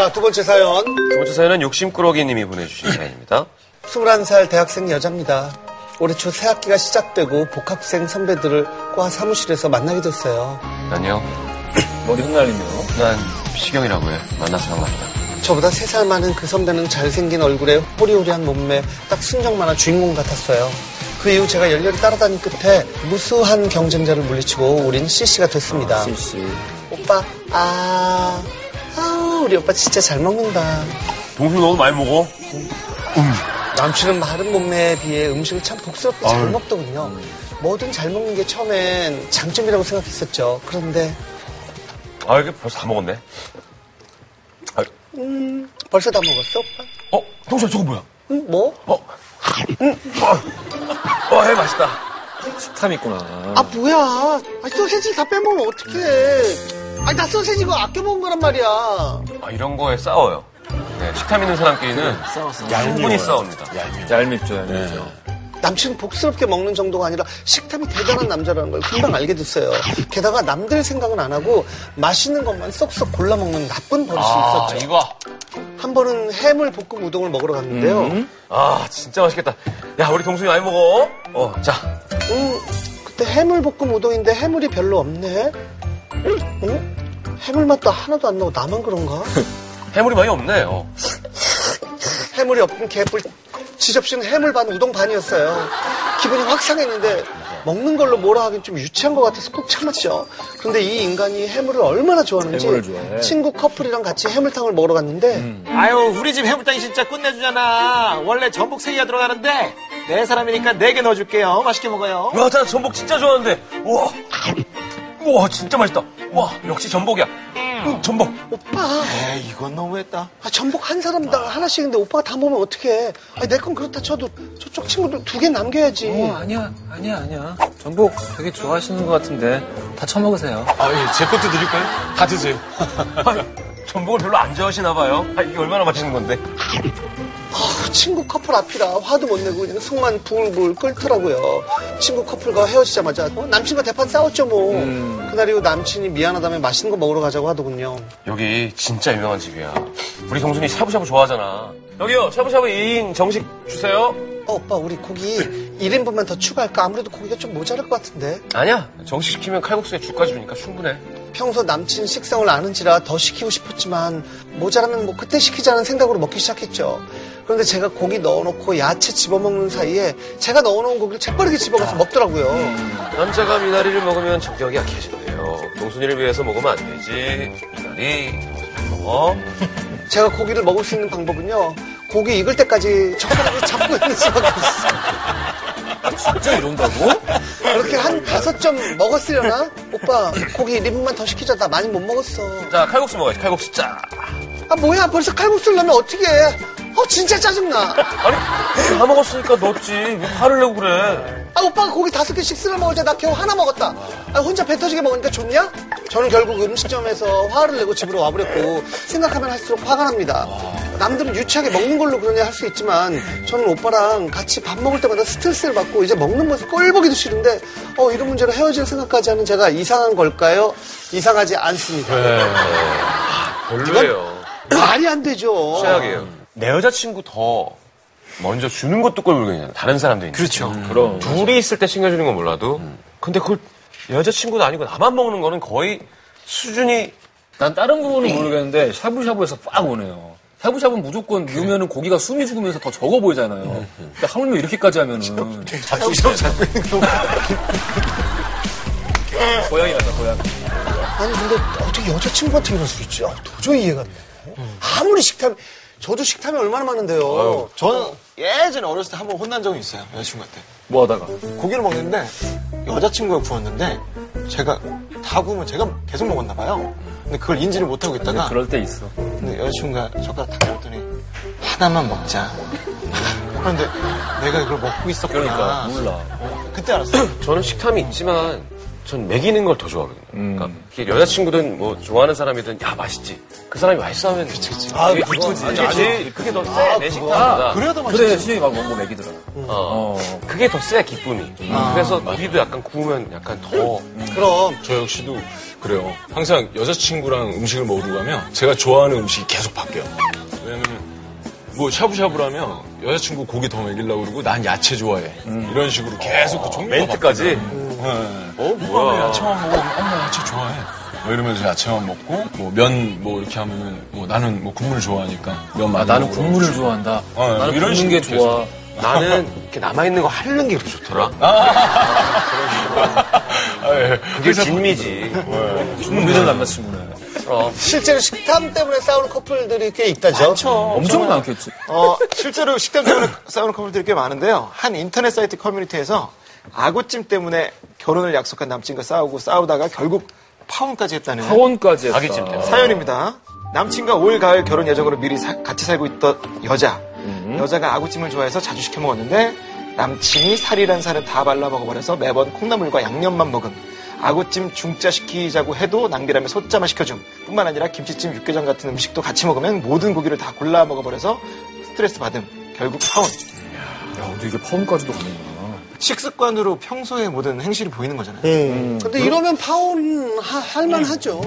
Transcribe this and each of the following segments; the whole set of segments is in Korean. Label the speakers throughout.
Speaker 1: 자, 아, 두 번째 사연.
Speaker 2: 두 번째 사연은 욕심꾸러기님이 보내주신 사연입니다.
Speaker 1: 21살 대학생 여자입니다. 올해 초 새학기가 시작되고 복학생 선배들을 과 사무실에서 만나게 됐어요.
Speaker 2: 안녕.
Speaker 3: 머리 흩날리며.
Speaker 2: 난 시경이라고 해. 만나서 반갑다.
Speaker 1: 저보다 3살 많은 그 선배는 잘생긴 얼굴에 호리호리한 몸매, 딱 순정만화 주인공 같았어요. 그 이후 제가 열렬히 따라다닌 끝에 무수한 경쟁자를 물리치고 우린 CC가 됐습니다.
Speaker 3: 아, 실씨.
Speaker 1: 오빠, 아, 아우, 우리 오빠 진짜 잘 먹는다.
Speaker 2: 동생 너무 많이 먹어?
Speaker 1: 남친은 마른 몸매에 비해 음식을 참 복스럽게 잘 먹더군요. 뭐든 잘 먹는 게 처음엔 장점이라고 생각했었죠. 그런데
Speaker 2: 아, 이게 벌써 다 먹었네. 아,
Speaker 1: 벌써 다 먹었어, 오빠?
Speaker 2: 어? 동생 저거 뭐야?
Speaker 1: 응, 뭐?
Speaker 2: 어? 어, 어, 해, 맛있다.
Speaker 3: 식탐 있구나.
Speaker 1: 아,
Speaker 2: 음.
Speaker 1: 뭐야. 아, 소세지 다 빼먹으면 어떡해. 아니, 나 소세지 이거 아껴 먹은 거란 말이야.
Speaker 2: 아, 이런 거에 싸워요. 네, 식탐 있는 사람끼리는
Speaker 3: 네, 싸웠어.
Speaker 2: 충분히 싸웁니다.
Speaker 3: 얄밉죠, 얄밉죠.
Speaker 1: 남친은 복스럽게 먹는 정도가 아니라 식탐이 대단한 남자라는 걸 금방 알게 됐어요. 게다가 남들 생각은 안 하고 맛있는 것만 쏙쏙 골라 먹는 나쁜 버릇이
Speaker 2: 아,
Speaker 1: 있었죠.
Speaker 2: 이거.
Speaker 1: 한 번은 해물 볶음 우동을 먹으러 갔는데요.
Speaker 2: 아, 진짜 맛있겠다. 야, 우리 동생이 많이 먹어. 어, 자.
Speaker 1: 음, 그때 해물볶음 우동인데 해물이 별로 없네. 어? 해물 맛도 하나도 안 나고 나만 그런가?
Speaker 2: 해물이 많이 없네. 어.
Speaker 1: 해물이 없긴 개뿔. 지접시는 해물 반 우동 반이었어요. 기분이 확 상했는데 먹는 걸로 뭐라 하긴 좀 유치한 것 같아서 꾹 참았죠. 그런데 이 인간이 해물을 얼마나 좋아하는지
Speaker 3: 해물을 좋아해. 음.
Speaker 1: 친구 커플이랑 같이 해물탕을 먹으러 갔는데
Speaker 4: 아유 우리 집 해물탕이 진짜 끝내주잖아 원래 전복 세개가 들어가는데 네 사람이니까 네 개 넣어줄게요 맛있게 먹어요
Speaker 2: 와, 나 전복 진짜 좋아하는데. 우와. 우와, 진짜 맛있다. 우와, 역시 전복이야. 음, 전복.
Speaker 1: 오빠
Speaker 4: 에이 이건 너무했다
Speaker 1: 아, 전복 한 사람당 하나씩인데 오빠가 다 먹으면 어떡해. 내 건 그렇다 쳐도 저쪽 친구들 두 개 남겨야지.
Speaker 3: 어, 아니야, 아니야, 아니야. 전복 되게 좋아하시는 것 같은데 다 처먹으세요.
Speaker 5: 아, 예, 제 것도 드릴까요? 다 드세요.
Speaker 2: 아니, 전복을 별로 안 좋아하시나 봐요. 아, 이게 얼마나 맛있는 건데.
Speaker 1: 아우, 친구 커플 앞이라 화도 못 내고 그냥 속만 부글부글 끓더라고요. 친구 커플과 헤어지자마자 어, 남친과 대판 싸웠죠 뭐. 그날 이후 남친이 미안하다며 맛있는 거 먹으러 가자고 하더군요.
Speaker 2: 여기 진짜 유명한 집이야. 우리 경순이 샤브샤브 좋아하잖아. 여기요, 샤브샤브 2인 정식 주세요.
Speaker 1: 어, 오빠 우리 고기 1인분만 더 추가할까? 아무래도 고기가 좀 모자랄 것 같은데.
Speaker 2: 아니야, 정식 시키면 칼국수에 죽까지 주니까 충분해.
Speaker 1: 평소 남친 식성을 아는지라 더 시키고 싶었지만 모자라면 뭐 그때 시키자는 생각으로 먹기 시작했죠. 그런데 제가 고기 넣어놓고 야채 집어먹는 사이에 제가 넣어놓은 고기를 재빠르게 집어가서 먹더라고요.
Speaker 2: 남자가 미나리를 먹으면 정력이 약해진대요. 동순이를 위해서 먹으면 안 되지. 미나리, 잘 먹어.
Speaker 1: 제가 고기를 먹을 수 있는 방법은요. 고기 익을 때까지 젓가락을 잡고 있는 수밖에 없어요.
Speaker 3: 진짜 이런다고?
Speaker 1: 그렇게 한 다섯 점 먹었으려나? 오빠, 고기 1인분만 더 시키자. 나 많이 못 먹었어.
Speaker 2: 자, 칼국수 먹어야지, 칼국수 짜.
Speaker 1: 아, 뭐야. 벌써 칼국수를 넣으면 어떻게 해. 어, 진짜 짜증나.
Speaker 2: 아니, 다 먹었으니까 넣었지. 왜 화를 내고 그래.
Speaker 1: 아, 오빠가 고기 다섯 개씩 쓸어 먹을때 나 겨우 하나 먹었다. 아, 혼자 배 터지게 먹으니까 좋냐? 저는 결국 음식점에서 화를 내고 집으로 와버렸고, 생각하면 할수록 화가 납니다. 남들은 유치하게 먹는 걸로 그러냐 할 수 있지만, 저는 오빠랑 같이 밥 먹을 때마다 스트레스를 받고, 이제 먹는 모습 꼴보기도 싫은데, 어, 이런 문제로 헤어질 생각까지 하는 제가 이상한 걸까요? 이상하지 않습니다.
Speaker 2: 별로예요.
Speaker 1: 말이 안 되죠.
Speaker 2: 최악이에요. 내 여자친구 더 먼저 주는 것도 꼴불견이잖아. 다른 사람도 있는. 그렇죠. 음.
Speaker 3: 그럼.
Speaker 2: 둘이 있을 때 챙겨주는 건 몰라도. 근데 그걸 여자친구도 아니고 나만 먹는 거는 거의 수준이
Speaker 3: 난 다른 부분은 모르겠는데 샤브샤브에서 빡 오네요. 샤브샤브는 무조건 넣으면 은 고기가 숨이 죽으면서 더 적어 보이잖아요. 근데 하물며 이렇게까지 하면은
Speaker 1: 아니 근데 어떻게 여자친구한테 이럴 수 있지? 아, 도저히 이해가 안 돼. 아무리 식탐, 저도 식탐이 얼마나 많은데요.
Speaker 5: 저는 예전에 어렸을 때 한 번 혼난 적이 있어요. 여자친구한테.
Speaker 3: 뭐 하다가.
Speaker 5: 고기를 먹는데 여자친구가 구웠는데 제가 다 구우면 제가 계속 먹었나 봐요. 근데 그걸 인지를 못하고
Speaker 4: 네,
Speaker 5: 있다가
Speaker 3: 그럴 때 있어.
Speaker 5: 근데 여자친구가 젓가락 다 잡더니 하나만 먹자. 그런데 내가 이걸 먹고 있었구나.
Speaker 3: 그러니까 몰라.
Speaker 5: 그때 알았어요.
Speaker 2: 저는 식탐이 있지만 전 먹이는 걸 더 좋아하거든요. 그러니까 이게 여자친구든 뭐 좋아하는 사람이든 야 맛있지. 그 사람이 맛있어 하면 그치 그치. 아
Speaker 5: 그거지.
Speaker 2: 그게 제일 그게 더세내 식감보다.
Speaker 5: 그래도 맛있지.
Speaker 3: 그래, 신영이 막 먹고 먹이더라.
Speaker 2: 어. 아. 그게 더 세 기쁨이. 그래서 우리도 약간 구우면 약간 더
Speaker 1: 그럼
Speaker 6: 저 역시도 그래요. 항상 여자친구랑 음식을 먹으러 가면 제가 좋아하는 음식이 계속 바뀌어요. 왜냐면 뭐 샤브샤브라면 여자친구 고기 더 먹이려고 그러고 난 야채 좋아해. 이런 식으로 계속 그 종류가
Speaker 2: 멘트까지.
Speaker 6: 어, 뭐야. 야채만 먹어. 엄마 야채 좋아해. 뭐 이러면서 야채만 먹고 뭐 면 뭐 이렇게 하면은 뭐 나는 뭐 국물 좋아하니까 면 많이
Speaker 3: 아, 나는
Speaker 6: 먹으라고.
Speaker 3: 국물을 좋아한다.
Speaker 6: 어,
Speaker 3: 나는
Speaker 6: 이런
Speaker 3: 굽는 게
Speaker 6: 식으로
Speaker 3: 좋아.
Speaker 2: 나는 이렇게 남아있는 거 핥는 게 그렇게 좋더라.
Speaker 6: 아, 예.
Speaker 2: 그게 진미지.
Speaker 3: 정말 믿을 남자친구네.
Speaker 2: 그럼.
Speaker 1: 실제로 식탐 때문에 싸우는 커플들이 꽤
Speaker 5: 아,
Speaker 1: 있다죠.
Speaker 3: 엄청 많겠지.
Speaker 5: 어, 실제로 식탐 때문에 싸우는 커플들이 꽤 많은데요. 한 인터넷 사이트 커뮤니티에서 아구찜 때문에 결혼을 약속한 남친과 싸우고 싸우다가 결국 파혼까지 했다는
Speaker 3: 하원까지 했다.
Speaker 2: 아기찜 때문에.
Speaker 5: 사연입니다. 남친과 올 가을 결혼 예정으로 미리 사- 같이 살고 있던 여자.
Speaker 3: 음.
Speaker 5: 여자가 아구찜을 좋아해서 자주 시켜 먹었는데 남친이 살이란 살은 다 발라 먹어버려서 매번 콩나물과 양념만 먹음. 아구찜 중짜 시키자고 해도 낭비라며 소짜만 시켜줌. 뿐만 아니라 김치찜, 육개장 같은 음식도 같이 먹으면 모든 고기를 다 골라 먹어버려서 스트레스 받음. 결국 파혼.
Speaker 3: 야, 근데 이게 파혼까지도 가는구나.
Speaker 5: 식습관으로 평소에 모든 행실이 보이는 거잖아요.
Speaker 1: 음. 근데 이러면 파혼 하- 할만하죠.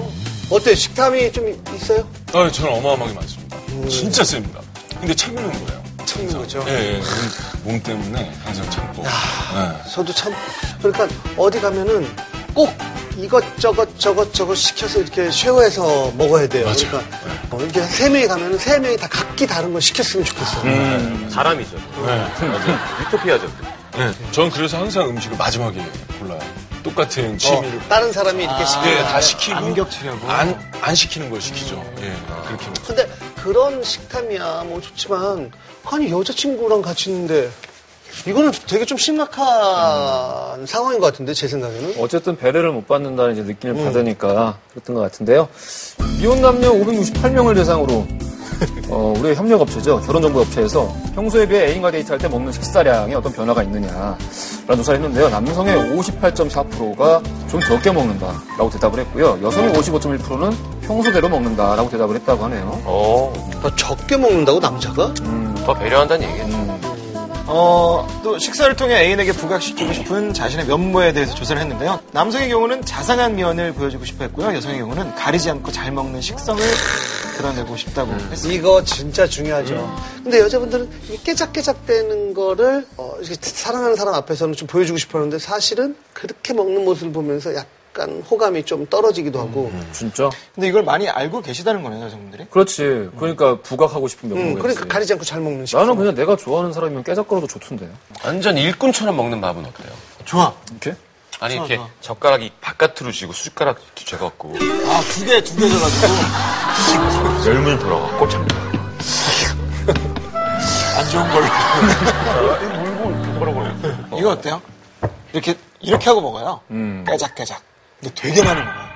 Speaker 1: 어때 식탐이 좀 있어요?
Speaker 6: 아, 저는 어마어마하게 많습니다. 진짜 셉니다. 근데 음. 참는 거예요.
Speaker 1: 참는 거죠.
Speaker 6: 예, 예. 몸 때문에 항상 참고. 예.
Speaker 1: 저도 참 그러니까 어디 가면은 꼭 이것저것 저것저것 시켜서 이렇게 쉐어해서 먹어야 돼요. 그러니까 어, 이렇게 세 명이 가면은 세 명이 다 각기 다른 걸 시켰으면 좋겠어요.
Speaker 2: 사람이죠. 유토피아죠.
Speaker 6: 예. 저는 그래서 항상 음식을 마지막에 골라요. 똑같은
Speaker 1: 어,
Speaker 6: 취미를.
Speaker 1: 다른 사람이 이렇게
Speaker 6: 예,
Speaker 1: 시키면
Speaker 6: 다 시키고.
Speaker 5: 아, 안 겹치려고. 음.
Speaker 6: 안, 안 시키는 걸 시키죠. 예, 그렇게. 먹죠.
Speaker 1: 근데 그런 식탐이야 뭐 좋지만 아니 여자친구랑 같이 있는데 이거는 되게 좀 심각한
Speaker 2: 음.
Speaker 1: 상황인 것 같은데 제 생각에는
Speaker 3: 어쨌든 배려를 못 받는다는 이제 느낌을
Speaker 1: 음.
Speaker 3: 받으니까 그랬던 것 같은데요. 미혼 남녀 568명을 대상으로 어, 우리 협력업체죠. 결혼정보업체에서 평소에 비해 애인과 데이트할 때 먹는 식사량에 어떤 변화가 있느냐라는 조사를 했는데요. 남성의 58.4%가 좀 적게 먹는다라고 대답을 했고요. 여성의 55.1%는 평소대로 먹는다라고 대답을 했다고 하네요.
Speaker 2: 어,
Speaker 1: 더뭐 적게 먹는다고 남자가
Speaker 2: 더 배려한다는 얘기겠죠.
Speaker 5: 어, 또 식사를 통해 애인에게 부각시키고 싶은 자신의 면모에 대해서 조사를 했는데요. 남성의 경우는 자상한 면을 보여주고 싶어 했고요. 여성의 경우는 가리지 않고 잘 먹는 식성을 드러내고 싶다고 했습니다.
Speaker 1: 이거 진짜 중요하죠.
Speaker 2: 음.
Speaker 1: 근데 여자분들은 이 깨작깨작대는 거를 어, 이렇게 사랑하는 사람 앞에서는 좀 보여주고 싶었는데 사실은 그렇게 먹는 모습을 보면서 약간 호감이 좀 떨어지기도 하고
Speaker 2: 음,
Speaker 3: 진짜?
Speaker 5: 근데 이걸 많이 알고 계시다는 거네요, 여성분들이.
Speaker 3: 그렇지. 그러니까 부각하고 싶은
Speaker 1: 음,
Speaker 3: 명목이지.
Speaker 1: 그러니까 가리지 않고 잘 먹는 식성.
Speaker 3: 나는 그냥 내가 좋아하는 사람이면 깨작거려도 좋던데.
Speaker 2: 완전 일꾼처럼 먹는 밥은 어때요?
Speaker 5: 좋아.
Speaker 3: 이렇게?
Speaker 2: 아니 이렇게 젓가락이 바깥으로 쥐고 숟가락 쥐져갖고
Speaker 5: 아, 두 개, 두 개 줘가지고.
Speaker 2: 열문이 돌아갖고 잡니다.
Speaker 5: 안 좋은 걸로. 이거 어때요? 음. 이렇게, 이렇게 하고 먹어요. 깨작깨작. 근데 되게 많이 먹어요.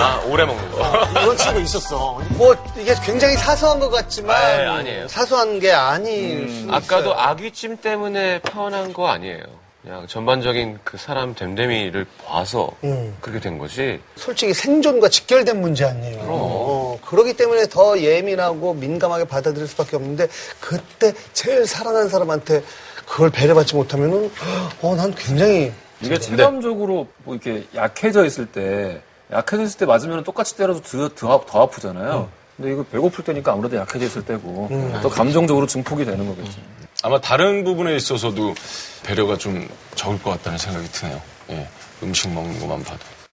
Speaker 2: 아 오래 먹는 거.
Speaker 5: 이런 친구 있었어.
Speaker 1: 뭐 이게 굉장히 사소한 것 같지만
Speaker 2: 아이, 아니에요. 음,
Speaker 1: 사소한 게 아닐 수도
Speaker 2: 아까도 아귀찜 때문에 파혼한 거 아니에요. 그냥 전반적인 그 사람 됨됨이를 봐서 그렇게 된 거지.
Speaker 1: 솔직히 생존과 직결된 문제 아니에요. 어, 그렇기 때문에 더 예민하고 민감하게 받아들일 수밖에 없는데 그때 제일 사랑하는 사람한테 그걸 배려받지 못하면은 어 난 굉장히
Speaker 3: 이게 체감적으로 뭐 이렇게 약해져 있을 때 약해져 있을 때 맞으면 똑같이 때려도 더, 더, 아- 더 아프잖아요. 근데 이거 배고플 때니까 아무래도 약해져 있을 때고 또 감정적으로 증폭이 되는 거겠죠.
Speaker 6: 아마 다른 부분에 있어서도 배려가 좀 적을 것 같다는 생각이 드네요. 예. 음식 먹는 것만 봐도.